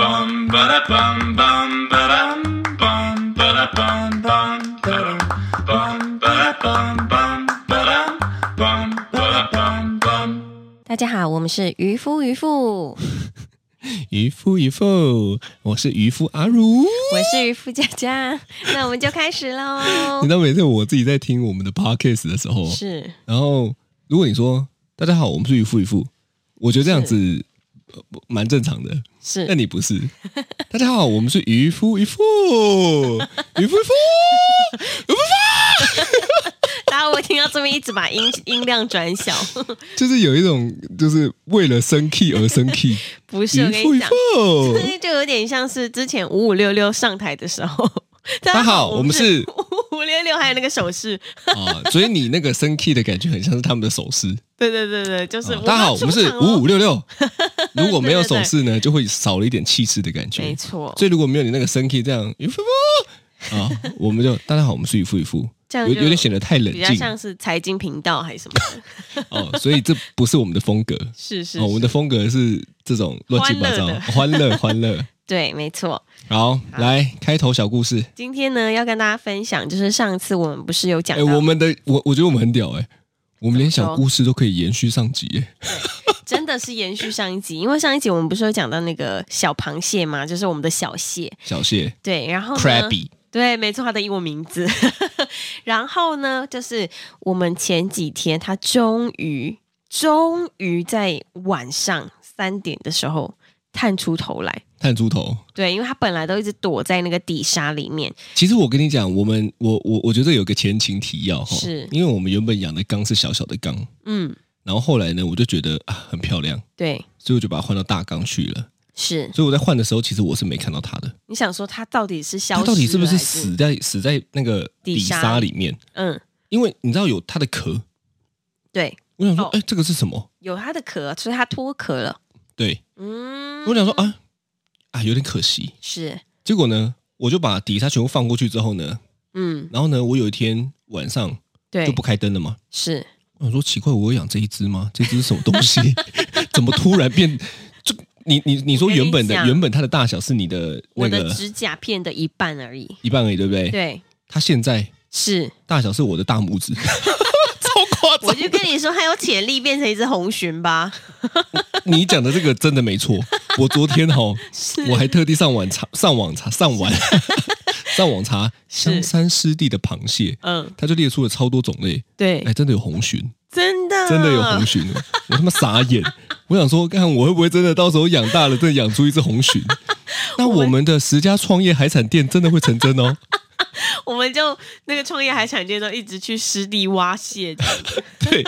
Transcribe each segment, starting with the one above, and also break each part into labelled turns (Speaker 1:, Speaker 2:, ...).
Speaker 1: bum ba da bum bum ba dum bum ba da bum bum ba dum bum ba da bum bum ba dum bum ba da bum bum.
Speaker 2: 大家好，我们是渔夫渔 妇，
Speaker 3: 渔夫渔妇，我是渔夫阿如。
Speaker 2: 我是渔夫佳 佳，那我们就开始喽
Speaker 3: 你知。道每次我自己在听我们的 podcast 的时候，
Speaker 2: 是
Speaker 3: 然后如果你说“大家好，我们是渔夫渔夫”，我觉得这样子呃不蛮正常的。但
Speaker 2: 是，
Speaker 3: 哎你不是，大家好，我们是渔夫渔夫渔夫渔夫。
Speaker 2: 大家我听到这边一直把音 音量转 小，
Speaker 3: 就是有一种就是为了生气而生气，
Speaker 2: 不 是
Speaker 3: 渔
Speaker 2: 我跟
Speaker 3: 夫
Speaker 2: 你
Speaker 3: 渔
Speaker 2: 讲，
Speaker 3: 夫。
Speaker 2: 这就有点像是之前五五六六上台的时 候。大
Speaker 3: 家好我们是
Speaker 2: 五五六六，还有那个手势，
Speaker 3: 啊，所以你那个生气的感觉很像是他们的手势。
Speaker 2: 对对对对，就是、
Speaker 3: 啊大家好，我们是五
Speaker 2: 五，
Speaker 3: 五 六六。如果没有
Speaker 2: 对对对
Speaker 3: 手势呢，就会少了一点气势的感觉。
Speaker 2: 没错，
Speaker 3: 所以如果没有你那个生气这样， 渔夫渔夫啊，我们就大家好，我们是渔夫渔夫，
Speaker 2: 这
Speaker 3: 有
Speaker 2: 样就
Speaker 3: 有点显得太冷
Speaker 2: 比较
Speaker 3: 静
Speaker 2: 像是财经频道还是什 么的，
Speaker 3: 哦，所以这不是我们的风格。
Speaker 2: 是 是
Speaker 3: 哦，我们
Speaker 2: 是，
Speaker 3: 的风格是这种乱七八糟、欢乐 欢乐。
Speaker 2: 对，没错。
Speaker 3: 好，来开头小故事。
Speaker 2: 今天呢，要跟大家分享，就是上次我们不是有讲
Speaker 3: 哎、
Speaker 2: 到，
Speaker 3: 我们的我我觉得我们很屌哎、我们连
Speaker 2: 怎么说
Speaker 3: 小故事都可以延续上集哎、
Speaker 2: 真的是延续上一集，因为上一集我们不是有讲到那个小螃蟹嘛，就是我们的小蟹，
Speaker 3: 小谢
Speaker 2: 对，然哦后呢
Speaker 3: Crabby
Speaker 2: 对，没错，它的英文名字。 然后呢，就是我们前几天，它终于终于在晚上三点的时候探出头来，
Speaker 3: 探猪头。
Speaker 2: 对，因为它本来都一直躲在那个底沙里面，
Speaker 3: 其实我跟你讲，我们我我我觉得有个前情提要哈，
Speaker 2: 是
Speaker 3: 因为我们原本养的缸是小小的缸，
Speaker 2: 嗯，
Speaker 3: 然后后来呢，我就觉得啊很漂亮，
Speaker 2: 对，
Speaker 3: 所以我就把它换到大缸去了。
Speaker 2: 是，
Speaker 3: 所以我在换的时候，其实我是没看到它的，
Speaker 2: 你想说它到底是消失了，
Speaker 3: 它到底是不是
Speaker 2: 还
Speaker 3: 死？在死在那个
Speaker 2: 底
Speaker 3: 底
Speaker 2: 沙
Speaker 3: 沙里面？
Speaker 2: 嗯，
Speaker 3: 因为你知道有它的壳，
Speaker 2: 对，
Speaker 3: 我想说，
Speaker 2: 哦
Speaker 3: 哎、这个是什么？
Speaker 2: 有它的壳，所以它脱壳了。
Speaker 3: 对，
Speaker 2: 嗯，
Speaker 3: 我想说啊啊，有点可惜。
Speaker 2: 是，
Speaker 3: 结果呢，我就把底沙全部放过去之后呢，
Speaker 2: 嗯，
Speaker 3: 然后呢，我有一天晚上
Speaker 2: 对
Speaker 3: 就，不开灯了嘛。
Speaker 2: 是
Speaker 3: 我想说奇怪，我有养这一只吗？这只是什么东 西？怎么突然变？就你你你说原本的
Speaker 2: 我跟你讲
Speaker 3: 原本它的大小是你的
Speaker 2: 我
Speaker 3: 那
Speaker 2: 的
Speaker 3: 个哎
Speaker 2: 指甲片的一半而已。
Speaker 3: 一半而已，对不对？
Speaker 2: 对，
Speaker 3: 它现在
Speaker 2: 是，
Speaker 3: 大小是我的大拇 指，超夸
Speaker 2: 我
Speaker 3: 张。
Speaker 2: 就跟你说，它有潜力变成一只红鲟吧。
Speaker 3: 你讲的这个真的没错。我昨天哈、
Speaker 2: 是
Speaker 3: 我还特地上网查，上网查，上网上网查
Speaker 2: 是
Speaker 3: 香山湿地的螃蟹，
Speaker 2: 嗯，
Speaker 3: 它就列出了超多种类。
Speaker 2: 对嗯
Speaker 3: 哎，，真的有红鲟，
Speaker 2: 真的，
Speaker 3: 真的有红鲟哦，我他妈傻眼。我想说，看我会不会真的到时候养大了，真的养出一只 红鲟？那我们的十家创业海产店真的会成真哦？
Speaker 2: 我们就那个创业海产店都一直去湿地挖蟹。
Speaker 3: 对。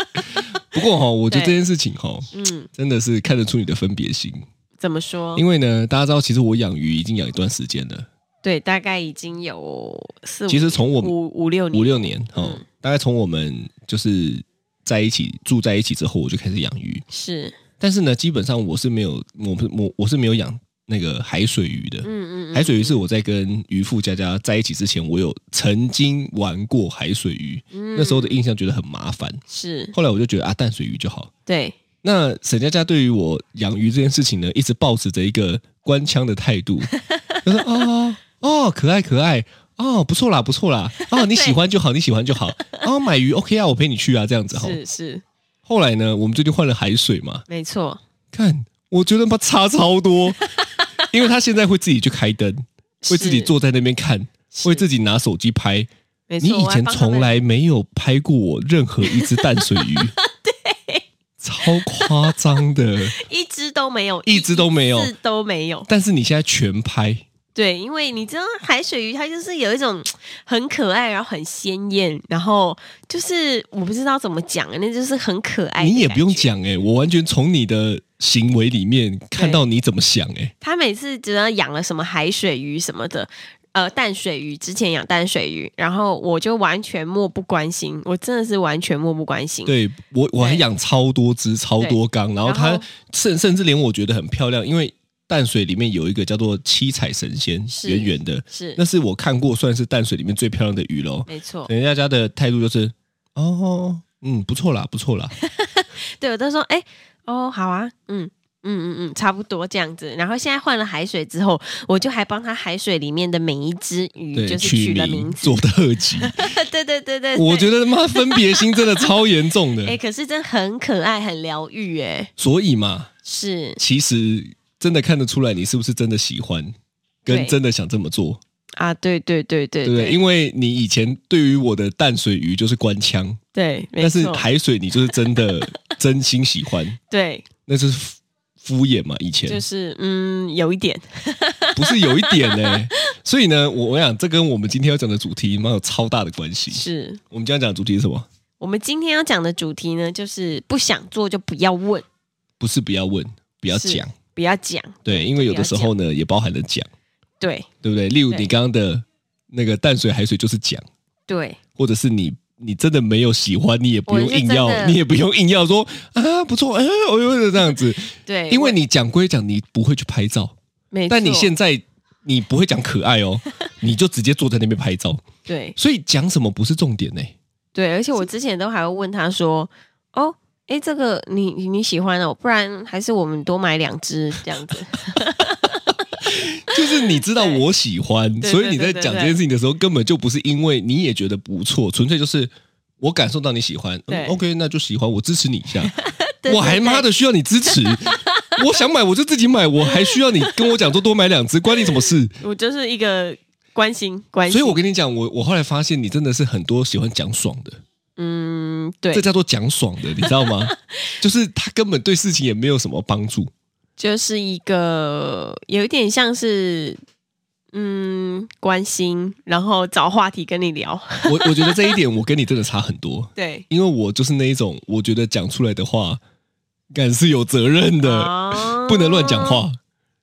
Speaker 3: 不过哈、我觉得
Speaker 2: 对
Speaker 3: 这件事情哈、
Speaker 2: 嗯，
Speaker 3: 真的是看得出你的分别心。
Speaker 2: 怎么说？
Speaker 3: 因为呢，大家知道，其实我养鱼已经养一段时间了，
Speaker 2: 对，大概已经有四，
Speaker 3: 其实从我们
Speaker 2: 嗯五五六年，
Speaker 3: 五六年哦，
Speaker 2: 嗯
Speaker 3: 大概从我们就是在一起住在一起之后，我就开始养鱼。
Speaker 2: 是，
Speaker 3: 但是呢，基本上我是没有，我不我我是没有养那个海水鱼的。
Speaker 2: 嗯嗯嗯，
Speaker 3: 海水鱼是我在跟渔夫佳佳在一起之前，我有曾经玩过海水鱼，
Speaker 2: 嗯
Speaker 3: 那时候的印象觉得很麻烦。
Speaker 2: 是
Speaker 3: 后来我就觉得啊，淡水鱼就好。
Speaker 2: 对，
Speaker 3: 那沈佳佳对于我养鱼这件事情呢，一直抱持着一个官腔的态 度，她说哦哦，可爱可爱，哦不错啦不错啦， 哦你喜欢就好，你喜欢就好，哦买鱼 OK 啊，我陪你去啊这样子哈。
Speaker 2: 是是，
Speaker 3: 后来呢，我们最近换了海水嘛，
Speaker 2: 没错。
Speaker 3: 看我觉得他差 超多，因为他现在会自己去开灯，会自己
Speaker 2: 是
Speaker 3: 坐在那边看，
Speaker 2: 是
Speaker 3: 会自己拿手机拍。
Speaker 2: 没
Speaker 3: 你
Speaker 2: 错，
Speaker 3: 以
Speaker 2: 我还
Speaker 3: 前
Speaker 2: 帮他们
Speaker 3: 从来没有拍过我任何一只淡水 鱼，对，超夸张的。
Speaker 2: 一只都没有，
Speaker 3: 一只都没有
Speaker 2: 一次都没有。
Speaker 3: 但是你现在全拍，
Speaker 2: 对，因为你知道海水鱼它就是有一种很可爱，然后很鲜艳，然后就是我不知道怎么讲，那就是很可爱。
Speaker 3: 你也不用，讲哎、我完全从你的行为里面看到你怎么想哎、
Speaker 2: 他每次只要养了什么海水鱼什么的。呃，淡水鱼之前养淡水鱼，然后我就完全漠不关心，我真的是完全漠不关心。
Speaker 3: 对我我还
Speaker 2: 对
Speaker 3: 养超多只、超多缸，然后
Speaker 2: 然
Speaker 3: 它
Speaker 2: 后
Speaker 3: 甚甚至连我觉得很漂亮，因为淡水里面有一个叫做七彩神仙，
Speaker 2: 是
Speaker 3: 圆圆的，
Speaker 2: 是
Speaker 3: 那是我看过算是淡水里面最漂亮的鱼喽。
Speaker 2: 没错。
Speaker 3: 人家家的态度就是， 哦，嗯，不错啦，不错啦，
Speaker 2: 对，我都说，哎、哦，好啊，嗯，嗯嗯嗯，差不多这样子。然后现在换了海水之后，我就还帮他海水里面的每一只鱼，
Speaker 3: 对，
Speaker 2: 就是
Speaker 3: 取
Speaker 2: 取了
Speaker 3: 名
Speaker 2: 名字。
Speaker 3: 做特 辑，
Speaker 2: 对对对对，
Speaker 3: 我觉得妈分别心真的超严重
Speaker 2: 哎、
Speaker 3: 的。
Speaker 2: 可是真的很可爱，很疗愈，哎，
Speaker 3: 所以嘛，
Speaker 2: 是
Speaker 3: 其实真的看得出来你是不是真的喜欢，跟
Speaker 2: 对
Speaker 3: 真的想这么做，
Speaker 2: 啊，对对对对
Speaker 3: 对不对？因为你以前对于我的淡水鱼就是官腔，
Speaker 2: 对，没
Speaker 3: 但是
Speaker 2: 错
Speaker 3: 海水你就是真的 真心喜欢，
Speaker 2: 对，
Speaker 3: 那是敷敷衍嘛？以前
Speaker 2: 就是嗯，有一点，
Speaker 3: 不是有一点呢、 所以呢，我我想这跟我们今天要讲的主题蛮有超大的关系。
Speaker 2: 是
Speaker 3: 我们今天要讲的主题是什么？
Speaker 2: 我们今天要讲的主题呢，就是不想做就不要问，
Speaker 3: 不是不要问，不要
Speaker 2: 是
Speaker 3: 讲，
Speaker 2: 不要讲，
Speaker 3: 对，因为有
Speaker 2: 不
Speaker 3: 的
Speaker 2: 要
Speaker 3: 时候呢也包含了讲，
Speaker 2: 对
Speaker 3: 对不对？例如你
Speaker 2: 对
Speaker 3: 刚刚的那个淡水海水就是讲，
Speaker 2: 对，
Speaker 3: 或者是你你真的没有喜欢，你也不用
Speaker 2: 我是
Speaker 3: 硬
Speaker 2: 真
Speaker 3: 要，
Speaker 2: 的
Speaker 3: 你也不用硬要说啊不错，哎、哦呦这样子，
Speaker 2: 对，
Speaker 3: 因
Speaker 2: 我
Speaker 3: 为你讲归讲，你不会去拍照，
Speaker 2: 没
Speaker 3: 但你
Speaker 2: 错
Speaker 3: 现在你不会讲可爱 哦，你就直接坐在那边拍照，
Speaker 2: 对
Speaker 3: 所以讲什么不是重点呢、
Speaker 2: 对，而且我之前都还会问他说，哦。哎，这个你你你喜欢哦，不然还是我们多买两只这样子。
Speaker 3: 就是你知道我喜欢，
Speaker 2: 对
Speaker 3: 所以你在
Speaker 2: 对对
Speaker 3: 讲
Speaker 2: 对对
Speaker 3: 这件事情的时候，根本就不是因为你也觉得不错，纯粹就是我感受到你喜欢、嗯
Speaker 2: 对、
Speaker 3: ，OK，那就喜欢，我支持你一下。
Speaker 2: 对
Speaker 3: 我还妈的需要你支持， 我想买我就自己买，我还需要你跟我讲说多买两只，关你什 么事？
Speaker 2: 我就是一个关心关心，
Speaker 3: 所以我跟你讲，我我后来发现你真的是很多喜欢讲爽的，
Speaker 2: 嗯，对
Speaker 3: 这，叫做讲爽的，你知道 吗？就是他根本对事情也没有什么帮助，
Speaker 2: 就是一个有一点像是嗯关心，然后找话题跟你聊。
Speaker 3: 我我觉得这一点我跟你真的差很多。
Speaker 2: 对，
Speaker 3: 因为我就是那一种，我觉得讲出来的话，敢是有责任的，
Speaker 2: 啊
Speaker 3: 不能乱讲。话。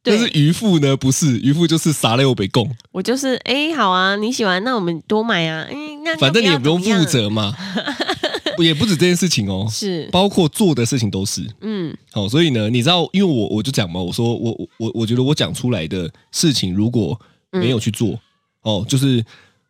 Speaker 2: 对
Speaker 3: 但是渔夫呢，不是渔夫，就是傻了又被供，
Speaker 2: 我就是哎、诶好啊，你喜欢那我们多买啊，嗯，那
Speaker 3: 反正你也不用负。
Speaker 2: 那要怎么样
Speaker 3: 责嘛。也不止这件事情哦，
Speaker 2: 是，
Speaker 3: 包括做的事情都是。
Speaker 2: 嗯，
Speaker 3: 好、所以呢，你知道，因为我我就讲嘛，我说我我我我觉得我讲出来的事情，如果
Speaker 2: 嗯
Speaker 3: 没有去做，哦，就是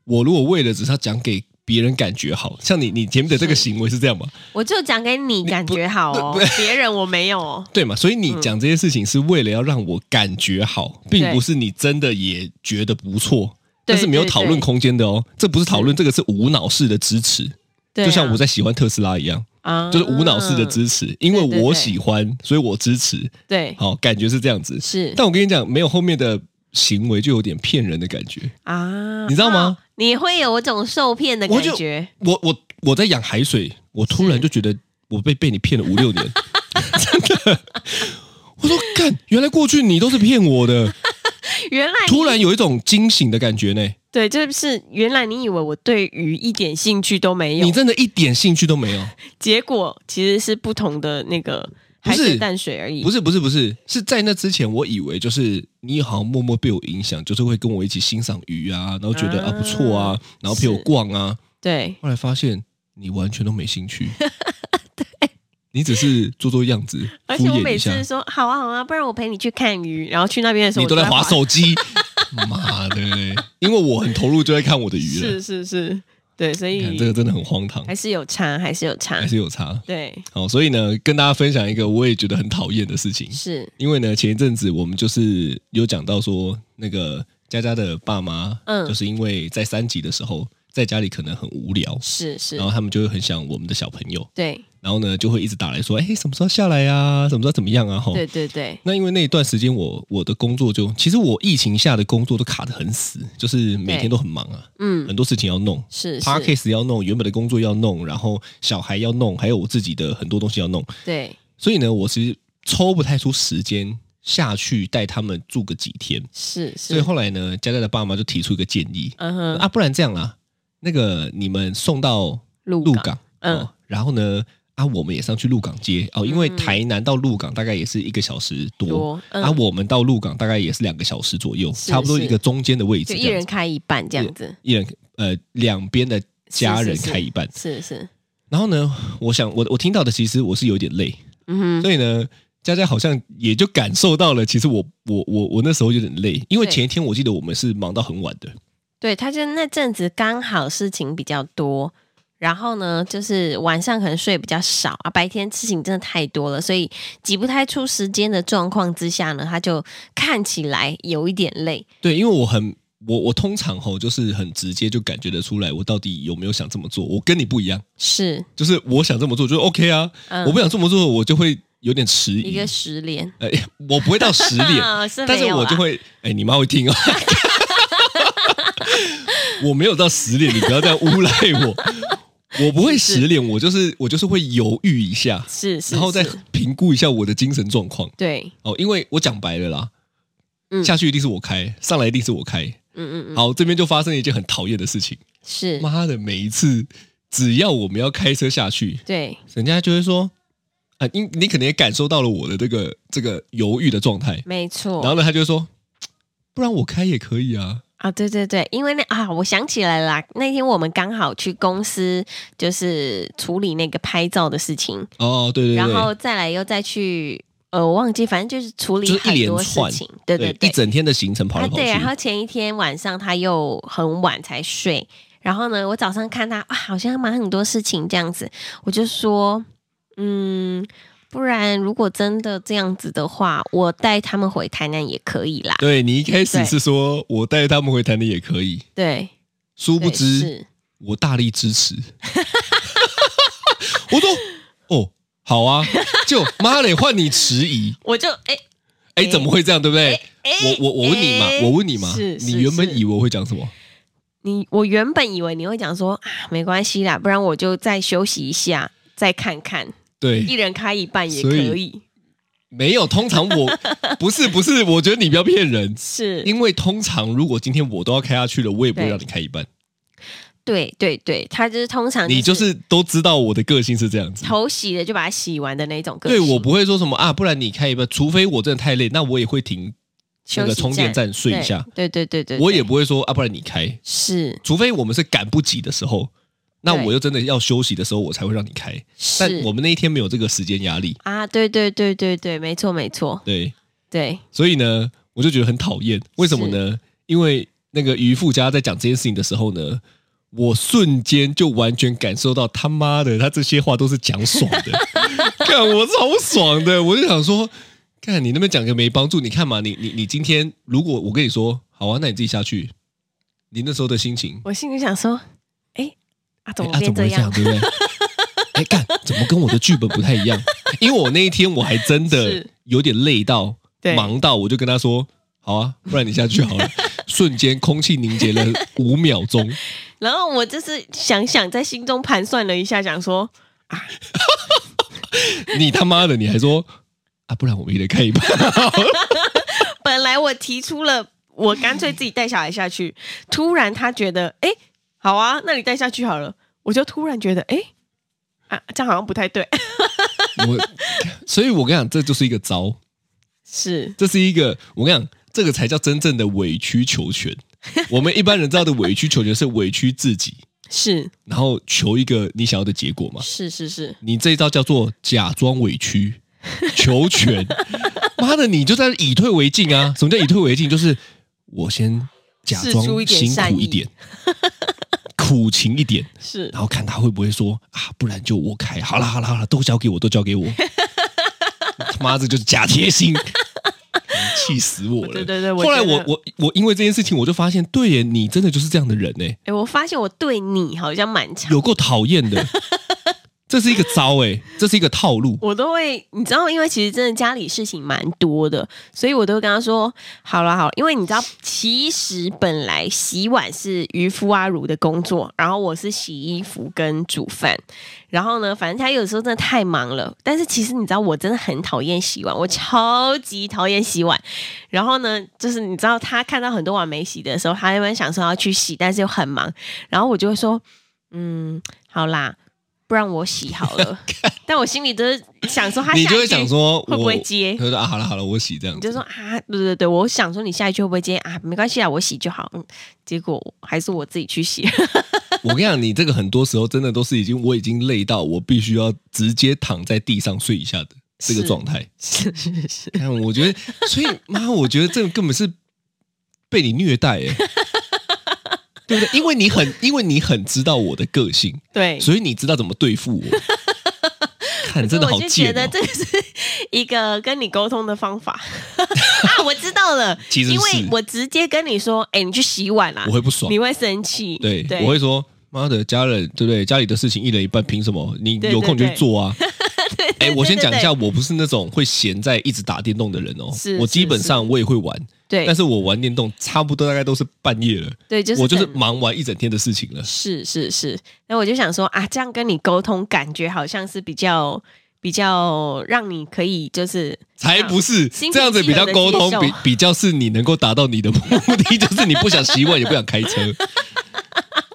Speaker 3: 我如果为了只是要讲给别人感觉好，像你你前面的这个行为是这样嘛？
Speaker 2: 我就讲给你感觉好哦
Speaker 3: 不不，
Speaker 2: 别人我没有哦。
Speaker 3: 对嘛？所以你讲这些事情是为了要让我感觉好，并不是你真的也觉得不错，
Speaker 2: 对
Speaker 3: 但是没有讨论空间的哦。这不是讨论，这个是无脑式的支持，
Speaker 2: 对啊、
Speaker 3: 就像我在喜欢特斯拉一样，
Speaker 2: 啊
Speaker 3: 就是无脑式的支持，因
Speaker 2: 对
Speaker 3: 为
Speaker 2: 对
Speaker 3: 我
Speaker 2: 对
Speaker 3: 喜欢，所以我支持。
Speaker 2: 对，
Speaker 3: 好，感觉是这样子。
Speaker 2: 是
Speaker 3: 但我跟你讲，没有后面的行为就有点骗人的感觉。
Speaker 2: 啊，
Speaker 3: 你知道吗
Speaker 2: 哦你会有一种受骗的
Speaker 3: 我
Speaker 2: 感
Speaker 3: 就
Speaker 2: 觉，
Speaker 3: 我我我在养海水，我突然就觉得我被被你骗了五六年， 真的。我说干，原来过去你都是骗我的。
Speaker 2: 原来你
Speaker 3: 突然有一种惊醒的感觉呢，
Speaker 2: 对，就是原来你以为我对鱼一点兴趣都没有，
Speaker 3: 你真的一点兴趣都没有。
Speaker 2: 结果其实是不同的那个
Speaker 3: 不
Speaker 2: 海
Speaker 3: 是
Speaker 2: 水淡水而已。
Speaker 3: 不
Speaker 2: 是，
Speaker 3: 是不是不是，是在那之前，我以为就是你好像默默被我影响，就是会跟我一起欣赏鱼啊，然后觉得啊
Speaker 2: 啊
Speaker 3: 不错啊，然后陪我逛啊。
Speaker 2: 对
Speaker 3: 后来发现你完全都没 兴趣，你只是做做样子，
Speaker 2: 而
Speaker 3: 敷
Speaker 2: 且我
Speaker 3: 衍一
Speaker 2: 每
Speaker 3: 下
Speaker 2: 次，说好啊好啊，不然我陪你去看鱼，然后去那边的时候
Speaker 3: 你
Speaker 2: 我
Speaker 3: 都
Speaker 2: 就
Speaker 3: 在
Speaker 2: 在
Speaker 3: 划
Speaker 2: 划。
Speaker 3: 手机。 妈的，因为我很投入，就在看我的鱼了
Speaker 2: 是。是是，对，所
Speaker 3: 看
Speaker 2: 以
Speaker 3: 这个真的很荒唐，
Speaker 2: 还是有差，还是有差
Speaker 3: 还。是有差。
Speaker 2: 对，
Speaker 3: 好，所以呢，跟大家分享一个我也觉得很讨厌的事情。
Speaker 2: 是，
Speaker 3: 因为呢，前一阵子我们就是有讲到说，那个佳佳的爸妈，
Speaker 2: 嗯
Speaker 3: 就是因为在三级的时候，在家里可能很无聊，
Speaker 2: 是是
Speaker 3: 然，后他们就会很想我们的小朋友，
Speaker 2: 对
Speaker 3: 然后呢就会一直打来说，哎，什么时候下来啊？什么时候怎么样啊？吼。
Speaker 2: 对对对，
Speaker 3: 那因为那一段时间我，我的工作就，其实我疫情下的工作都卡得很死，就是每天都很忙啊，
Speaker 2: 嗯，
Speaker 3: 很多事情要弄
Speaker 2: 是是，
Speaker 3: ，podcast 要弄，原本的工作要弄，然后小孩要弄，还有我自己的很多东西要弄，
Speaker 2: 对
Speaker 3: 所以呢，我其实抽不太出时间下去带他们住个几天。
Speaker 2: 是
Speaker 3: 所以
Speaker 2: 是，
Speaker 3: 后来呢，佳佳的爸妈就提出一个建议、
Speaker 2: 嗯哼，
Speaker 3: 啊，不然这样啦，那个你们送到
Speaker 2: 鹿
Speaker 3: 鹿
Speaker 2: 港，
Speaker 3: 港，
Speaker 2: 嗯
Speaker 3: 哦，然后呢，啊，我们也上去鹿港街哦，因为
Speaker 2: 嗯
Speaker 3: 台南到鹿港大概也是一个小时多，
Speaker 2: 多嗯
Speaker 3: 啊，我们到鹿港大概也是两个小时左右，
Speaker 2: 是
Speaker 3: 差不多一个中间的位置
Speaker 2: 就
Speaker 3: 这
Speaker 2: 一
Speaker 3: 样
Speaker 2: 人
Speaker 3: 子，
Speaker 2: 开一半这样子，
Speaker 3: 一人呃两边的家人
Speaker 2: 是是是
Speaker 3: 开一半。
Speaker 2: 是是，
Speaker 3: 然后呢，我想我我听到的其实我是有点累，
Speaker 2: 嗯哼，
Speaker 3: 所以呢，佳佳好像也就感受到了，其实我我我我那时候有点累，因为
Speaker 2: 对
Speaker 3: 前一天我记得我们是忙到很晚的，
Speaker 2: 对，他就那阵子刚好事情比较多，然后呢，就是晚上可能睡比较少啊，白天事情真的太多了，所以挤不太出时间的状况之下呢，他就看起来有一点累。
Speaker 3: 对，因为我很我我通常吼就是很直接就感觉得出来，我到底有没有想这么做。我跟你不一样，
Speaker 2: 是，
Speaker 3: 就是我想这么做就 OK 啊，
Speaker 2: 嗯，
Speaker 3: 我不想这么做我就会有点迟
Speaker 2: 一
Speaker 3: 疑
Speaker 2: 个。十连，
Speaker 3: 哎，我不会到十点，
Speaker 2: 啊是
Speaker 3: 但
Speaker 2: 没
Speaker 3: 是
Speaker 2: 有
Speaker 3: 我就
Speaker 2: 啦
Speaker 3: 会，哎，你妈 会听哦。我没有到十点，你不要再诬赖我。我不会十点，我就是我就是会犹豫一下，
Speaker 2: 是是，
Speaker 3: 然后再
Speaker 2: 是
Speaker 3: 评估一下我的精神状况。
Speaker 2: 对，
Speaker 3: 哦，因为我讲白了啦，
Speaker 2: 嗯
Speaker 3: 下去一定是我开，上来一定是我开。
Speaker 2: 嗯嗯嗯，
Speaker 3: 好，这边就发生了一件很讨厌的事情。
Speaker 2: 是，
Speaker 3: 妈的，每一次只要我们要开车下去，
Speaker 2: 对，
Speaker 3: 人家就会说啊，你你可能也感受到了我的这个这个犹豫的状态，
Speaker 2: 没错。
Speaker 3: 然后呢，他就说，不然我开也可以啊。
Speaker 2: 啊，对对对，因为那啊，我想起来了啦，那天我们刚好去公司，就是处理那个拍照的事情，
Speaker 3: 哦，对对对，
Speaker 2: 然后再来又再去，呃，我忘记，反正就是处理
Speaker 3: 就是一
Speaker 2: 很
Speaker 3: 连
Speaker 2: 多事
Speaker 3: 串
Speaker 2: 情，对
Speaker 3: 对
Speaker 2: 对
Speaker 3: 一，整天的行程跑
Speaker 2: 啊
Speaker 3: 来跑去，
Speaker 2: 对，然后前一天晚上他又很晚才睡，然后呢，我早上看他啊，好像忙很多事情这样子，我就说，嗯，不然如果真的这样子的话，我带他们回台南也可以啦，
Speaker 3: 对你一开始
Speaker 2: 对
Speaker 3: 是说我带他们回台南也可以，
Speaker 2: 对，
Speaker 3: 殊
Speaker 2: 对
Speaker 3: 不知
Speaker 2: 是
Speaker 3: 我大力支持。 我说哦，好啊，就妈嘞，换你迟疑，
Speaker 2: 我就哎。
Speaker 3: 哎，
Speaker 2: 哎
Speaker 3: 怎么会这样，对不对？
Speaker 2: 哎
Speaker 3: 我我我问你嘛，
Speaker 2: 哎
Speaker 3: 我问你嘛
Speaker 2: 是，是
Speaker 3: 你原
Speaker 2: 是
Speaker 3: 本以为我会讲什么？
Speaker 2: 你我原本以为你会讲说啊，没关系啦，不然我就再休息一下，再看看，一
Speaker 3: 对，
Speaker 2: 人开一半也
Speaker 3: 所
Speaker 2: 可
Speaker 3: 以
Speaker 2: 以，
Speaker 3: 没有，通常我不是不是，我觉得你不要 骗人，
Speaker 2: 是，
Speaker 3: 因为通常如果今天我都要开下去了，我也不会
Speaker 2: 对
Speaker 3: 让你开一半，
Speaker 2: 对对对，他就是通常
Speaker 3: 你就是都知道我的个性是这样子。
Speaker 2: 头洗了就把它洗完的那种个性。
Speaker 3: 对我不会说什么啊，不然你开一半，除非我真的太累，那我也会停
Speaker 2: 休息
Speaker 3: 那个充电
Speaker 2: 站
Speaker 3: 站睡一下，
Speaker 2: 对对对对对，
Speaker 3: 我也不会说啊，不然你开，
Speaker 2: 是
Speaker 3: 除非我们是赶不及的时候，那
Speaker 2: 对
Speaker 3: 我又真的要休息的时候，我才会让你开。
Speaker 2: 是
Speaker 3: 但我们那一天没有这个时间压力，
Speaker 2: 啊，对对对对对，没错没错，
Speaker 3: 对，
Speaker 2: 对
Speaker 3: 所以呢，我就觉得很讨厌，为什么呢？因为那个渔夫家在讲这件事情的时候呢，我瞬间就完全感受到他妈的，他这些话都是讲爽的，看我超爽的，我就想说，看你那边讲个没帮助，你看嘛，你你你今天如果我跟你说好啊，那你自己下去，你那时候的心情，
Speaker 2: 我心里想说，哎啊怎么
Speaker 3: 哎啊
Speaker 2: 变
Speaker 3: 怎
Speaker 2: 这
Speaker 3: 么会这样，
Speaker 2: 样？
Speaker 3: 对不对？哎，干，怎么跟我的剧本不太一样？ 因为我那一天我还真的
Speaker 2: 是
Speaker 3: 有点累到
Speaker 2: 对
Speaker 3: 忙到，我就跟他说：“好啊，不然你下去 好了。”瞬间空气凝结了五秒钟，
Speaker 2: 然后我就是想想在心中盘算了一下，想说
Speaker 3: 你他妈的，你还说啊，不然我们也得看一半。
Speaker 2: 本来我提出了，我干脆自己带小孩下去。突然他觉得，哎、好啊，那你带下去好了。我就突然觉得，哎、啊，这样好像不太对。
Speaker 3: 我，所以我跟你讲，这就是一个招，
Speaker 2: 是
Speaker 3: 这是一个我跟你讲，这个才叫真正的委曲求全。我们一般人知道的委曲求全是委屈自己，
Speaker 2: 是
Speaker 3: 然后求一个你想要的结果嘛。
Speaker 2: 是是是，
Speaker 3: 你这一招叫做假装委屈 求全。妈的，你就在以退为进啊！什么叫以退为进？就是我先假
Speaker 2: 试出
Speaker 3: 装
Speaker 2: 一点
Speaker 3: 辛
Speaker 2: 善
Speaker 3: 苦
Speaker 2: 意
Speaker 3: 一点，苦情一点，
Speaker 2: 是
Speaker 3: 然后看他会不会说啊，不然就我开，好了好了好了，都交给我，都交给我。 他妈，这就是假贴心。 气死我了！
Speaker 2: 对对对我
Speaker 3: 后来
Speaker 2: 觉得
Speaker 3: 我我我因为这件事情，我就发现，对耶，你真的就是这样的人呢，
Speaker 2: 哎、我发现我对你好像蛮强，
Speaker 3: 有够讨厌的。这是一个招哎，这是一个套路。
Speaker 2: 我都会，你知道，因为其实真的家里事情蛮多的，所以我都会跟他说，好了好啦，因为你知道，其实本来洗碗是渔夫阿如的工作，然后我是洗衣服跟煮饭，然后呢，反正他有时候真的太忙了，但是其实你知道，我真的很讨厌洗碗，我超级讨厌洗碗。然后呢，就是你知道，他看到很多碗没洗的时候，他原本想说要去洗，但是又很忙，然后我就会说，嗯，好啦。不然我洗好了， 但我心里都是想说他
Speaker 3: 你
Speaker 2: 下
Speaker 3: 就
Speaker 2: 一
Speaker 3: 会
Speaker 2: 句
Speaker 3: 想说
Speaker 2: 会不会
Speaker 3: 我
Speaker 2: 接
Speaker 3: 他说啊，好了好了，我洗这样
Speaker 2: 你
Speaker 3: 子。
Speaker 2: 就说啊，对对对，我想说你下一句会不会接啊？没关系啊，我洗就好。嗯，结果还是我自己去洗。
Speaker 3: 我跟你讲，你这个很多时候真的都是已经我已经累到我必须要直接躺在地上睡一下的这个
Speaker 2: 是
Speaker 3: 状态。
Speaker 2: 是是是，
Speaker 3: 看，我觉得，所以妈，我觉得这个根本是被你虐待哎、对不对？因为你很，因为你很知道我的个性，
Speaker 2: 对，
Speaker 3: 所以你知道怎么对 付我。看，真的好
Speaker 2: 我就觉
Speaker 3: 贱
Speaker 2: 得
Speaker 3: 哦！
Speaker 2: 这是一个跟你沟通的方法 啊！我知道了，
Speaker 3: 其实是
Speaker 2: 因为我直接跟你说，哎、你去洗碗啦、
Speaker 3: 我会不爽
Speaker 2: 你，会生气，
Speaker 3: 对，
Speaker 2: 对，
Speaker 3: 我会说妈的，家人对不对？家里的事情一人一半，凭什么？你
Speaker 2: 对
Speaker 3: 有空就
Speaker 2: 对
Speaker 3: 去做啊！
Speaker 2: 对
Speaker 3: 哎，我先讲一，下，
Speaker 2: 对
Speaker 3: 我不是那种会闲在一直打电动的人哦
Speaker 2: 是。
Speaker 3: 我基
Speaker 2: 是
Speaker 3: 本
Speaker 2: 是
Speaker 3: 上我也会玩，
Speaker 2: 对对
Speaker 3: 但是我玩电动差不多大概都是半夜了，
Speaker 2: 对，就是
Speaker 3: 我就是
Speaker 2: 等
Speaker 3: 忙完一整天的事情了。
Speaker 2: 是是是，那我就想说啊，这样跟你沟通，感觉好像是比较比较让你可以就是
Speaker 3: 才不是
Speaker 2: 啊心平
Speaker 3: 这样子比较沟通
Speaker 2: 气和，地接
Speaker 3: 比
Speaker 2: 受
Speaker 3: 比较是你能够达到你的目 的，就是你不想洗碗也不想开车，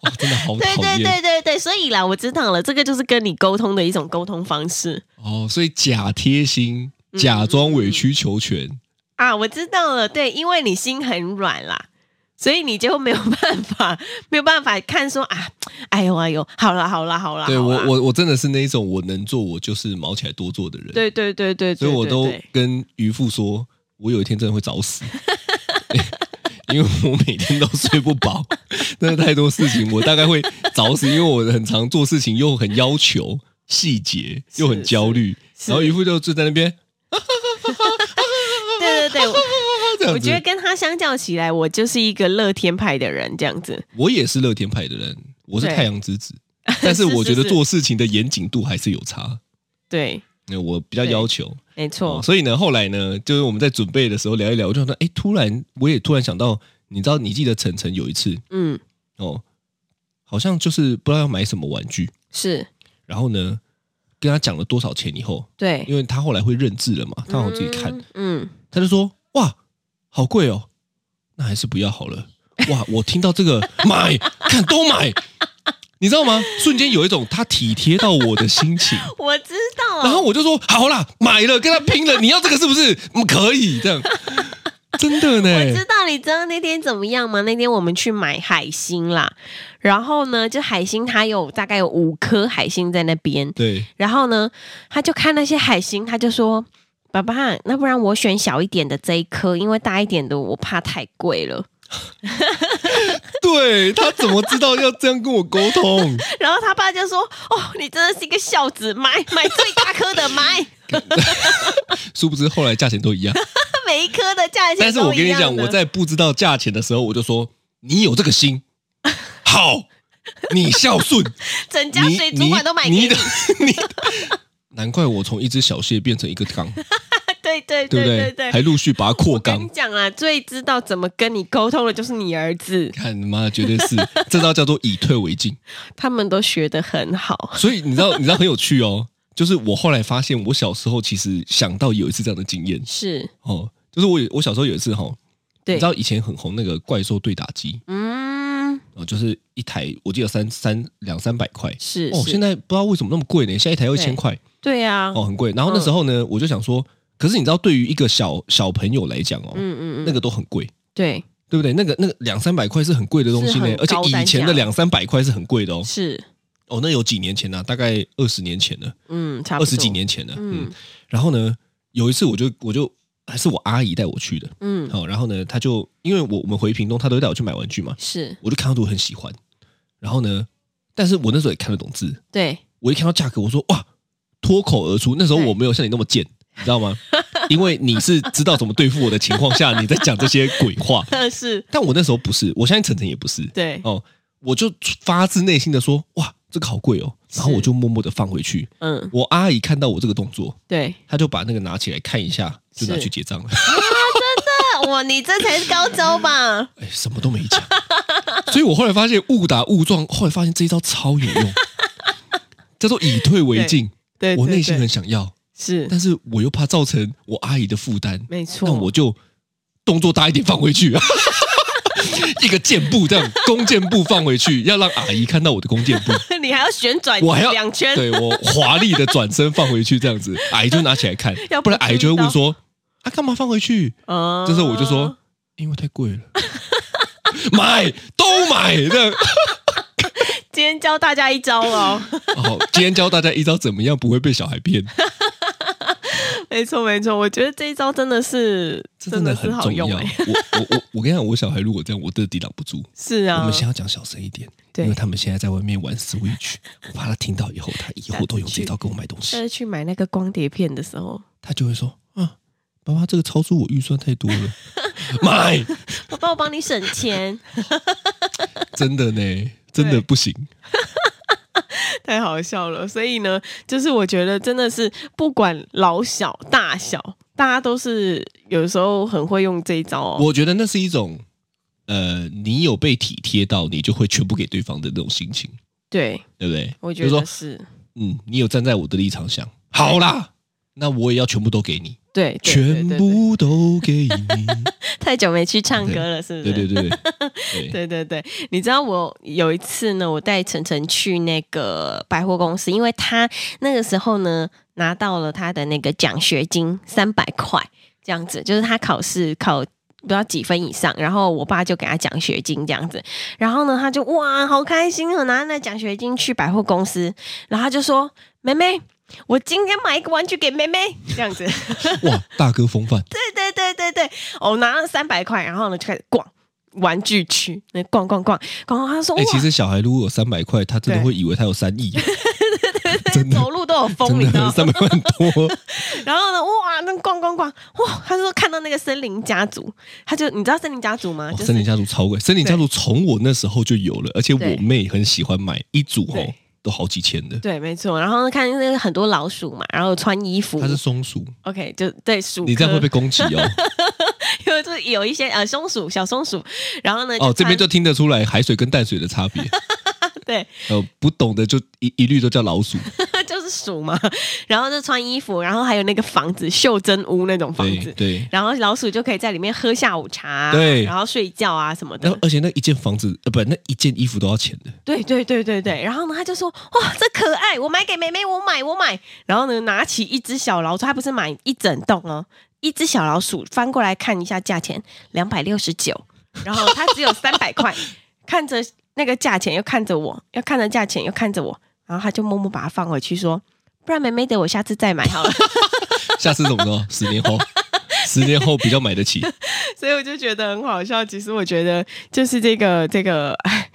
Speaker 3: 哦、真的好
Speaker 2: 对
Speaker 3: 讨
Speaker 2: 对
Speaker 3: 厌
Speaker 2: 对对对，所以啦，我知道了，这个就是跟你沟通的一种沟通方式
Speaker 3: 哦。所以假贴心，
Speaker 2: 嗯
Speaker 3: 假装委曲求全，
Speaker 2: 啊，我知道了，对，因为你心很软啦。所以你就没有办法，没有办法看说啊，哎呦哎呦，好啦好啦好啊啦，
Speaker 3: 对
Speaker 2: 好
Speaker 3: 我
Speaker 2: 啦
Speaker 3: 我我真的是那一种我能做我就是毛起来多做的人，
Speaker 2: 对对对对，对
Speaker 3: 所以我
Speaker 2: 对
Speaker 3: 都
Speaker 2: 对
Speaker 3: 跟渔夫说，我有一天真的会早死。 因为我每天都睡不饱， 真的太多事情，我大概会早死。因为我很常做事情，又很要求细节，又很焦虑。
Speaker 2: 是
Speaker 3: 然后渔夫就就在那边，
Speaker 2: 对对 对，我
Speaker 3: 啊这样
Speaker 2: 我
Speaker 3: 子
Speaker 2: 觉得跟他相较起来，我就是一个乐天派的人，这样子。
Speaker 3: 我也是乐天派的人，我是
Speaker 2: 对
Speaker 3: 太阳之子， 但是
Speaker 2: 是是
Speaker 3: 我觉得
Speaker 2: 是
Speaker 3: 做事情的严谨度还是有差。
Speaker 2: 对，
Speaker 3: 那我比较
Speaker 2: 对
Speaker 3: 要求，
Speaker 2: 没
Speaker 3: 哦
Speaker 2: 错，
Speaker 3: 所以呢，后来呢，就是我们在准备的时候聊一聊，我就想到，哎，突然我也突然想到，你知道，你记得晨晨有一次，
Speaker 2: 嗯，
Speaker 3: 哦，好像就是不知道要买什么玩具，
Speaker 2: 是
Speaker 3: 然后呢，跟他讲了多少钱以后，
Speaker 2: 对，
Speaker 3: 因为他后来会认字了嘛，他好像自己看，
Speaker 2: 嗯，
Speaker 3: 他就说哇，好贵哦，那还是不要好了。哇，我听到这个 买，看都买，你知道吗？瞬间有一种他体贴到我的心情，
Speaker 2: 嗯我知道。
Speaker 3: 然后我就说好啦，买了，跟他拼了，你要这个是不是？嗯，可以这样，真的
Speaker 2: 我
Speaker 3: 呢
Speaker 2: 知。道，你知道那天怎么样吗？那天我们去买海星啦，然后呢，就海星它有大概有五颗海星在那边，
Speaker 3: 对，
Speaker 2: 然后呢，他就看那些海星，他就说：“爸爸，那不然我选小一点的这一颗，因为大一点的我怕太贵了。”
Speaker 3: 对他怎么知道要这样跟我沟通？
Speaker 2: 然后他爸就说：“哦，你真的是一个孝子， 买买最大颗的，买
Speaker 3: 殊不知后来价钱都一样。
Speaker 2: 每一颗的价钱。”
Speaker 3: 但是我跟你讲，我在不知道价钱的时候，我就说你有这个心，好，你孝顺，
Speaker 2: 整家
Speaker 3: 你
Speaker 2: 水族馆都买给
Speaker 3: 你
Speaker 2: 你，
Speaker 3: 你的你的， 难怪我从一只小蟹变成一个缸，
Speaker 2: 对对
Speaker 3: 对不
Speaker 2: 对对。
Speaker 3: 还陆续把它扩
Speaker 2: 我跟你
Speaker 3: 缸。
Speaker 2: 讲啦，最知道怎么跟你沟通的就是你儿子，
Speaker 3: 看妈的，绝对是这招叫做以退为进。
Speaker 2: 他们都学得很好。
Speaker 3: 所以你知道，你知道很有趣哦。就是我后来发现，我小时候其实想到有一次这样的经验
Speaker 2: 是，
Speaker 3: 哦，就是我有我小时候有一次哈、哦，你
Speaker 2: 对
Speaker 3: 知，道以前很红那个怪兽对打机
Speaker 2: 嗯，
Speaker 3: 哦，就是一台我记得三三两三百块，
Speaker 2: 是，
Speaker 3: 哦，
Speaker 2: 是
Speaker 3: 现在不知道为什么那么贵呢？现在一台要一千块，
Speaker 2: 对啊，
Speaker 3: 哦，很贵。然后那时候呢，我就想说，可是你知道，对于一个小小朋友来讲哦，
Speaker 2: 嗯嗯嗯，
Speaker 3: 那个都很贵，
Speaker 2: 对，
Speaker 3: 对不对？那个那个两三百块是很贵的东西呢
Speaker 2: 是很，
Speaker 3: 而且
Speaker 2: 高单价
Speaker 3: 以前的两三百块是很贵的哦。
Speaker 2: 是，
Speaker 3: 哦，那有几年前呢、大概二十年前了，
Speaker 2: 嗯，差不
Speaker 3: 二
Speaker 2: 多
Speaker 3: 十几，年前了。嗯
Speaker 2: 嗯，
Speaker 3: 然后呢，有一次我就我就还是我阿姨带我去的，
Speaker 2: 嗯，
Speaker 3: 好、然后呢，她就因为我我们回屏东，她都会带我去买玩具嘛，
Speaker 2: 是
Speaker 3: 我就看到我很喜欢，然后呢，但是我那时候也看得懂字，
Speaker 2: 对，
Speaker 3: 我一看到价格，我说哇，脱口而出。那时候
Speaker 2: 对
Speaker 3: 我没有像你那么贱，你知道吗？ 因为你是知道怎么对付我的情 况下，你在讲这些鬼话。
Speaker 2: 是，
Speaker 3: 但我那时候不 是，我相信晨晨也不是。
Speaker 2: 对，
Speaker 3: 哦，我就发自内心的说，哇，这个好贵哦。然后
Speaker 2: 是
Speaker 3: 我就默默的放回去。
Speaker 2: 嗯，
Speaker 3: 我阿姨看到我这个动作，
Speaker 2: 对，
Speaker 3: 她就把那个拿起来看一下，就拿
Speaker 2: 是
Speaker 3: 去结账了。
Speaker 2: 那我你这才是高招吧？
Speaker 3: 哎，什么都没讲。 所以我后来发现误打误撞，后来发现这一招超有 用，叫做以退为进。
Speaker 2: 对，
Speaker 3: 我
Speaker 2: 对
Speaker 3: 内心
Speaker 2: 对
Speaker 3: 很想要，
Speaker 2: 是，
Speaker 3: 但是我又怕造成我阿姨的负担，
Speaker 2: 没错，
Speaker 3: 那我就动作大一点放回去， 一个箭步这样弓箭步放回去，要让阿姨看到我的弓 箭步，
Speaker 2: 你还要旋转
Speaker 3: 我还要
Speaker 2: 两圈，
Speaker 3: 对我华丽的转身放回去，这样子阿姨就拿起来看
Speaker 2: 要，
Speaker 3: 不然
Speaker 2: 不
Speaker 3: 阿姨就会问
Speaker 2: 注
Speaker 3: 说啊干嘛放回去？
Speaker 2: 哦
Speaker 3: 这时候我就说因为太贵了， 买都买的。
Speaker 2: 今天教大家一招哦，
Speaker 3: 好，今天教大家一招怎么样不会被小孩骗。
Speaker 2: 没错没错，我觉得这一招真的是
Speaker 3: 这
Speaker 2: 真
Speaker 3: 真的
Speaker 2: 是
Speaker 3: 很
Speaker 2: 好
Speaker 3: 重要。
Speaker 2: 用
Speaker 3: 我
Speaker 2: 哎、
Speaker 3: 我我我跟你讲，我小孩如果这样，我真的抵挡不住。
Speaker 2: 是啊，
Speaker 3: 我们先要讲小声一点，
Speaker 2: 对
Speaker 3: 因为他们现在在外面玩 Switch，我怕他听到以后，他以后都用这招跟我买东
Speaker 2: 但
Speaker 3: 西，
Speaker 2: 是去买那个光碟片的时候，
Speaker 3: 他就会说：“啊，爸爸，这个超出我预算太多了， 买！”
Speaker 2: 爸 爸，我帮你省钱，
Speaker 3: 真的呢，真的
Speaker 2: 对
Speaker 3: 不行。
Speaker 2: 太好笑了。所以呢，就是我觉得真的是不管老小大小，大家都是有时候很会用这一招哦。
Speaker 3: 我觉得那是一种，呃，你有被体贴到，你就会全部给对方的那种心情，
Speaker 2: 对，
Speaker 3: 对不对？
Speaker 2: 我觉
Speaker 3: 就是
Speaker 2: 得
Speaker 3: 说，
Speaker 2: 是
Speaker 3: 嗯，你有站在我的立场想，好啦，那我也要全部都给你，
Speaker 2: 对，对
Speaker 3: 全
Speaker 2: 对对对
Speaker 3: 部都给你。
Speaker 2: 太久没去唱歌了，是不是？
Speaker 3: 对对对对对，
Speaker 2: 对对对，你知道我有一次呢，我带晨晨去那个百货公司，因为他那个时候呢拿到了他的那个奖学金三百块，这样子，就是他考试考。不知道几分以上，然后我爸就给他奖学金这样子，然后呢，他就哇，好开心哦，拿那奖学金去百货公司，然后他就说：“妹妹，我今天买一个玩具给妹妹。”这样子，
Speaker 3: 哇，大哥风范，
Speaker 2: 对对对对对，我拿了三百块，然后呢就开始逛玩具区，那逛逛逛逛逛，他说、
Speaker 3: 哎、
Speaker 2: 哇，
Speaker 3: 其实小孩如果有三百块，他真 的
Speaker 2: 对
Speaker 3: 会以为他有三亿，真的
Speaker 2: 走路都有风，
Speaker 3: 真
Speaker 2: 你知道
Speaker 3: 的
Speaker 2: 吗？
Speaker 3: 三百万 多。
Speaker 2: 然后呢，哇，那逛逛逛，哇，他说看到那个森林家族，他就你知道森林家族吗？
Speaker 3: 哇
Speaker 2: 就是
Speaker 3: 哦森林家族超贵，森林家族从我那时候就有了，而且
Speaker 2: 对
Speaker 3: 我妹很喜欢买一组哦
Speaker 2: 对，
Speaker 3: 都好几千的。
Speaker 2: 对，没错。然后看那个很多老鼠嘛，然后穿衣服
Speaker 3: 它是松鼠，
Speaker 2: ，OK，就对鼠科，
Speaker 3: 你这样会被攻击 哦。
Speaker 2: 因为就是有一些呃松鼠、小松鼠，然后呢
Speaker 3: 哦，这边
Speaker 2: 穿
Speaker 3: 就听得出来海水跟淡水的差 别。
Speaker 2: 对，
Speaker 3: 呃，不懂的就一一律都叫老鼠。
Speaker 2: 就是鼠嘛，然后就穿衣服，然后还有那个房子袖珍屋那种房
Speaker 3: 对
Speaker 2: 子，
Speaker 3: 对，
Speaker 2: 然后老鼠就可以在里面喝下午茶、啊
Speaker 3: 对
Speaker 2: 然后睡觉啊什么
Speaker 3: 然后
Speaker 2: 的。
Speaker 3: 而且那一件房子，呃，不，那一件衣服都要钱的。
Speaker 2: 对对对对对。然后呢，他就说：“哇，这可爱，我买给妹妹，我买我买。”然后呢，拿起一只小老鼠，他不是买一整栋哦，一只小老鼠翻过来看一下价钱，两百六十九，然后他只有三百块，看着那个价钱，又看着我，又看着价钱，又看着我，然后他就默默把它放回去，说：“不然妹妹的，我下次再买好了。”
Speaker 3: 下次怎么 着？哦十年后，十年后比较买得起。
Speaker 2: 所以我就觉得很好笑。其实我觉得就是这个这个， 哎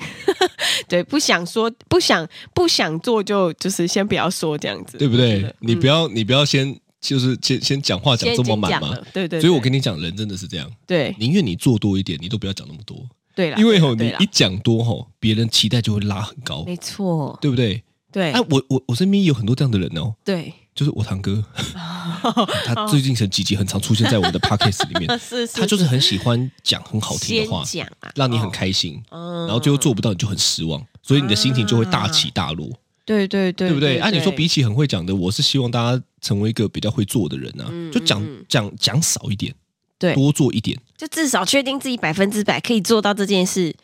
Speaker 2: 对，不想说，不想不想做就就是先不要说这样子，
Speaker 3: 对不
Speaker 2: 我觉
Speaker 3: 对
Speaker 2: 得？
Speaker 3: 你
Speaker 2: 嗯
Speaker 3: 不要，你不要先就是先先讲话讲
Speaker 2: 先已
Speaker 3: 这么
Speaker 2: 经
Speaker 3: 满
Speaker 2: 讲
Speaker 3: 嘛
Speaker 2: 了。，对对
Speaker 3: 所以我
Speaker 2: 对
Speaker 3: 跟你讲，人真的是这样，
Speaker 2: 对
Speaker 3: 宁愿你做多一点，你都不要讲那么多，
Speaker 2: 对了，啊
Speaker 3: 因为吼
Speaker 2: 对
Speaker 3: 你
Speaker 2: 啦
Speaker 3: 一讲多吼，别人期待就会拉很高，
Speaker 2: 没错，
Speaker 3: 对不对？
Speaker 2: 对
Speaker 3: 哎，我我我身边也有很多这样的人哦，
Speaker 2: 对，
Speaker 3: 就是我 堂哥，他最近很几集很常出现在我们的 podcast 里面，
Speaker 2: 是是，
Speaker 3: 他就是很喜欢讲很好听
Speaker 2: 先
Speaker 3: 的话，
Speaker 2: 讲啊，
Speaker 3: 让你很
Speaker 2: 哦，
Speaker 3: 开心，
Speaker 2: 嗯
Speaker 3: 然后最后做不到你就很失望，所以你的心情就会大起大落。
Speaker 2: 对对对，
Speaker 3: 对不对？
Speaker 2: 嗯对？
Speaker 3: 按、你说，比起很会讲的，我是希望大家成为一个比较会做的人啊，
Speaker 2: 嗯
Speaker 3: 就讲、
Speaker 2: 嗯嗯
Speaker 3: 讲讲少一点，
Speaker 2: 对
Speaker 3: 多做一点。
Speaker 2: 就至少确定自己百分之百可以做到这件事，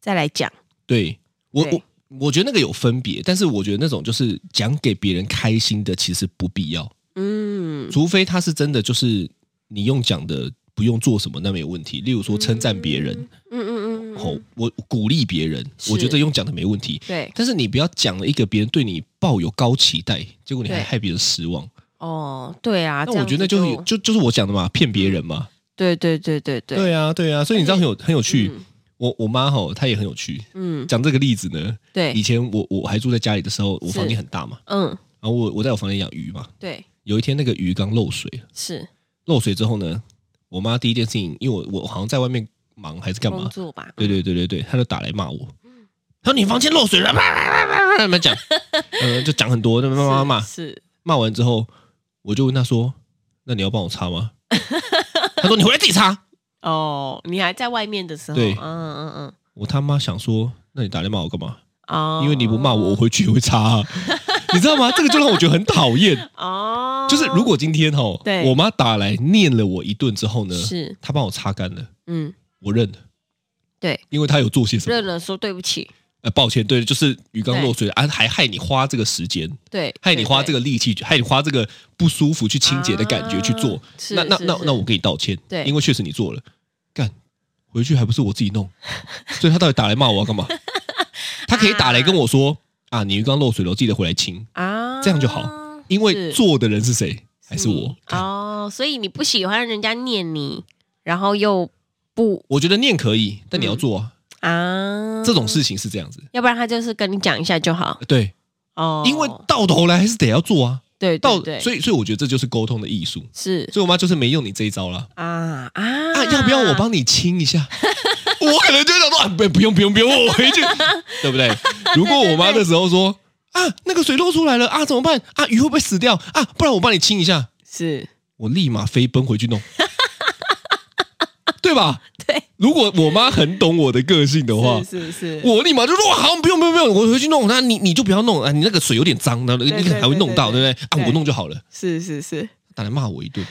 Speaker 2: 再来讲，
Speaker 3: 对我
Speaker 2: 对
Speaker 3: 我我觉得那个有分别，但是我觉得那种就是讲给别人开心的，其实不必要，
Speaker 2: 嗯，
Speaker 3: 除非他是真的就是你用讲的。不用做什么，那没有问题。例如说称赞别人，
Speaker 2: 嗯嗯嗯嗯嗯，
Speaker 3: 哦，我鼓励别人，
Speaker 2: 是
Speaker 3: 我觉得用讲的没问题。
Speaker 2: 对，
Speaker 3: 但是你不要讲了一个别人对你抱有高期待，结果你还
Speaker 2: 对
Speaker 3: 害别人失望。
Speaker 2: 哦，对啊，
Speaker 3: 那
Speaker 2: 这
Speaker 3: 我
Speaker 2: 样
Speaker 3: 觉得
Speaker 2: 子
Speaker 3: 就是就就是我讲的嘛，骗别人嘛。
Speaker 2: 对对对对对，
Speaker 3: 对啊，对啊，所以你知道很有很有趣。
Speaker 2: 嗯
Speaker 3: 我我妈吼，她也很有趣。
Speaker 2: 嗯，
Speaker 3: 讲这个例子呢，以
Speaker 2: 对，
Speaker 3: 前我我还住在家里的时候，我
Speaker 2: 是
Speaker 3: 房间很大嘛，
Speaker 2: 嗯，
Speaker 3: 然后我我在我房间养鱼嘛。
Speaker 2: 对，
Speaker 3: 有一天那个鱼缸漏水了，
Speaker 2: 是
Speaker 3: 漏水之后呢，我妈第一件事情，因为我我好像在外面忙还是干
Speaker 2: 工
Speaker 3: 嘛，
Speaker 2: 作嗯吧？
Speaker 3: 对对对对对，她就打来骂我，她说你房间漏水了，啪啪啪啪啪，么讲，呃，就讲很多，那骂骂骂骂，
Speaker 2: 是
Speaker 3: 骂完之后，我就问她说，那你要帮我擦吗？她说你回来自己擦。
Speaker 2: 哦，你还在外面的时候，
Speaker 3: 对
Speaker 2: 嗯嗯嗯，
Speaker 3: 我他妈想说，那你打来骂我干嘛？
Speaker 2: 哦，
Speaker 3: 因为你不骂我，我回去也会擦、啊， 你知道吗？这个就让我觉得很讨厌。
Speaker 2: 哦，
Speaker 3: 就是如果今天哦，
Speaker 2: 对
Speaker 3: 我妈打来念了我一顿之后呢，
Speaker 2: 是
Speaker 3: 她帮我擦干了，
Speaker 2: 嗯，
Speaker 3: 我认了，
Speaker 2: 对，
Speaker 3: 因为她有做些什么
Speaker 2: 认。了说对不起，
Speaker 3: 呃，抱歉，对，就是鱼缸
Speaker 2: 对
Speaker 3: 漏水了啊，还害你花这个时间，
Speaker 2: 对，
Speaker 3: 害你
Speaker 2: 对
Speaker 3: 花这
Speaker 2: 对
Speaker 3: 个力气，害你花这个不舒服去清洁的感觉去做
Speaker 2: 啊。是
Speaker 3: 那那
Speaker 2: 是
Speaker 3: 那
Speaker 2: 是
Speaker 3: 那我给你道歉，
Speaker 2: 对
Speaker 3: 因为确实你做了，干回去还不是我自己弄，所以她到底打来骂我要 干嘛？她可以打来跟啊我说啊，你鱼缸漏水了，我记得回来清。
Speaker 2: 啊，
Speaker 3: 这样就好因为
Speaker 2: 是
Speaker 3: 做的人是谁？还是我
Speaker 2: 你？哦，所以你不喜欢人家念你，然后又不
Speaker 3: 我觉得念可以，但你要做啊。
Speaker 2: 啊，
Speaker 3: 这种事情是这样子，呃
Speaker 2: 要不然他就是跟你讲一下就好
Speaker 3: 对，
Speaker 2: 哦，
Speaker 3: 因为到头来还是得要做啊。
Speaker 2: 对
Speaker 3: 到
Speaker 2: 对对，
Speaker 3: 所以所以我觉得这就是沟通的艺术。
Speaker 2: 是
Speaker 3: 所以我妈就是没用你这一招啦。
Speaker 2: 啊啊
Speaker 3: 啊，要不要我？帮你亲一下？ 我可能就会想说，啊不，不用不用不用，我回去，对不对？如果我妈那时候说啊，那个水漏出来了啊，怎么办？啊，鱼会不会死掉啊？不然我帮你亲一下，
Speaker 2: 是
Speaker 3: 我立马飞奔回去弄， 对吧？
Speaker 2: 对，
Speaker 3: 如果我妈很懂我的个性的话，
Speaker 2: 是是是，
Speaker 3: 我立马就说哇好，不用不用不用，我回去弄。那你你就不要弄啊，你那个水有点脏，然后你
Speaker 2: 对
Speaker 3: 可能还会弄到，
Speaker 2: 对
Speaker 3: 对
Speaker 2: 对
Speaker 3: 不对？啊，我弄就好了。
Speaker 2: 是是是
Speaker 3: 打来骂我一顿，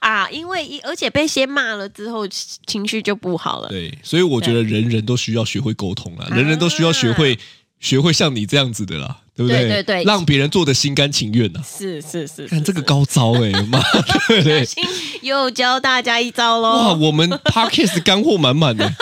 Speaker 2: 啊，因为一而且被先骂了之后，情绪就不好了。啊
Speaker 3: 对，所以我觉得人人都需要学会沟通啦，人人都需要学会学会像你这样子的啦，对不
Speaker 2: 对对对
Speaker 3: 让别人做的心甘情愿呐。
Speaker 2: 是是是，
Speaker 3: 看
Speaker 2: 是
Speaker 3: 这个高招 哎、妈的嘞！对
Speaker 2: 是又教大家一招
Speaker 3: 哇，
Speaker 2: 喽。
Speaker 3: 我们 podcast 干货满 满的，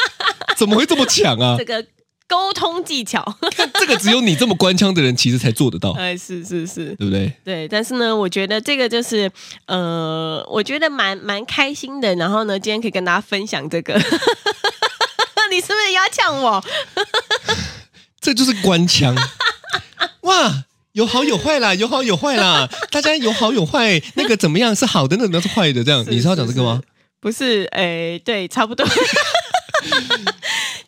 Speaker 3: 怎么会这么强啊
Speaker 2: 这？个沟通技巧，
Speaker 3: 看这个只有你这么官腔的人其实才做得到，
Speaker 2: 哎，是是是。
Speaker 3: 对不对？
Speaker 2: 对，但是呢，我觉得这个就是，呃，我觉得蛮蛮开心的。然后呢，今天可以跟大家分享这个， 你是不是要呛我？
Speaker 3: 这就是 官腔。哇，有好有坏啦，有好有坏啦，大家有好有坏，那个怎么样是好的，那个是坏的，这样
Speaker 2: 是
Speaker 3: 你是要讲这个吗？？
Speaker 2: 不是，诶、对，差不多。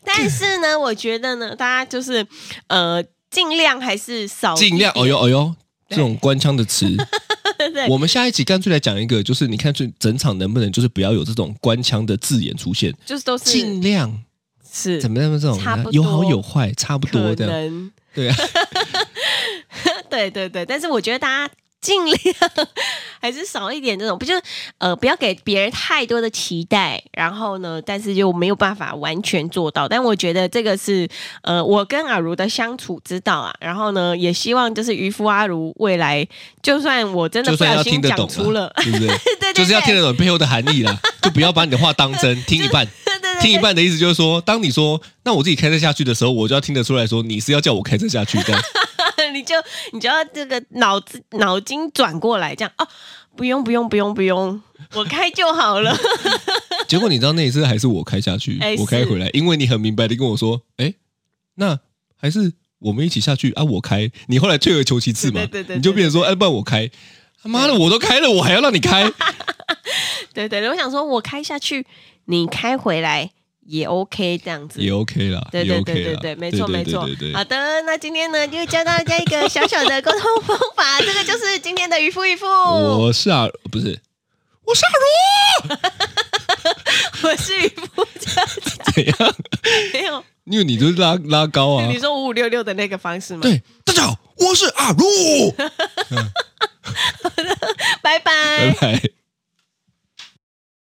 Speaker 2: 但是呢，我觉得呢，大家就是呃，尽量还是少一
Speaker 3: 尽量，哦
Speaker 2: 点
Speaker 3: 呦哦呦，这
Speaker 2: 对
Speaker 3: 种官腔的词，
Speaker 2: 对
Speaker 3: 我们下一集干脆来讲一个，就是你看这整场能不能就是不要有这种官腔的字眼出现，
Speaker 2: 就是都是
Speaker 3: 尽量
Speaker 2: 是
Speaker 3: 怎么样这种
Speaker 2: 差不多
Speaker 3: 有好有坏，差不多
Speaker 2: 可
Speaker 3: 这样，
Speaker 2: 能，
Speaker 3: 对啊，
Speaker 2: 对对对。但是我觉得大家尽量还是少一点这种，不就是呃，不要给别人太多的期待，然后呢，但是又没有办法完全做到。但我觉得这个是呃，我跟阿如的相处之道啊。然后呢，也希望就是渔夫阿如未来，就算我真的
Speaker 3: 就
Speaker 2: 不
Speaker 3: 算
Speaker 2: 小
Speaker 3: 要
Speaker 2: 心
Speaker 3: 听得懂
Speaker 2: 讲出
Speaker 3: 啦
Speaker 2: 了，，
Speaker 3: 对不对？
Speaker 2: 对对对，
Speaker 3: 就是要听得懂背后的含义啦， 就不要把你的话当 真，听一半。
Speaker 2: 对对对
Speaker 3: 听一半的意思就是说，当你说“那我自己开车下去”的时候，我就要听得出来说你是要叫我开车下去的。
Speaker 2: 你就你就要这个脑子脑筋转过来，这样哦，不用不用不用不用，我开就好了。
Speaker 3: 结果你知道那一次还是我开下去，
Speaker 2: 哎
Speaker 3: 我开回来，因为你很明白的跟我说：“哎，那还是我们一起下去啊，我开。”你后来退而求其次嘛，
Speaker 2: 对对对对
Speaker 3: 你就变成说：“哎，不然我开。”他妈的，我都开了，我还要让你开？
Speaker 2: 对对对，我想说我开下去，你开回来也 OK 这样子。
Speaker 3: 也 OK 啦，
Speaker 2: 对
Speaker 3: 也
Speaker 2: 对
Speaker 3: OK
Speaker 2: 对对
Speaker 3: 啦
Speaker 2: 对，没错没错
Speaker 3: 对对。对
Speaker 2: 好的，那今天呢就教大家一个小小的沟通方法，这个就是今天的渔夫渔夫，我
Speaker 3: 我是啊，不是，我是啊，
Speaker 2: 是渔夫佳 佳，
Speaker 3: 啊如怎样？
Speaker 2: 没有，
Speaker 3: 因为你就是拉拉高啊
Speaker 2: 你，说五五六六的那个方式吗？
Speaker 3: 对，大家好，我是阿如，
Speaker 2: 拜拜
Speaker 3: 拜拜。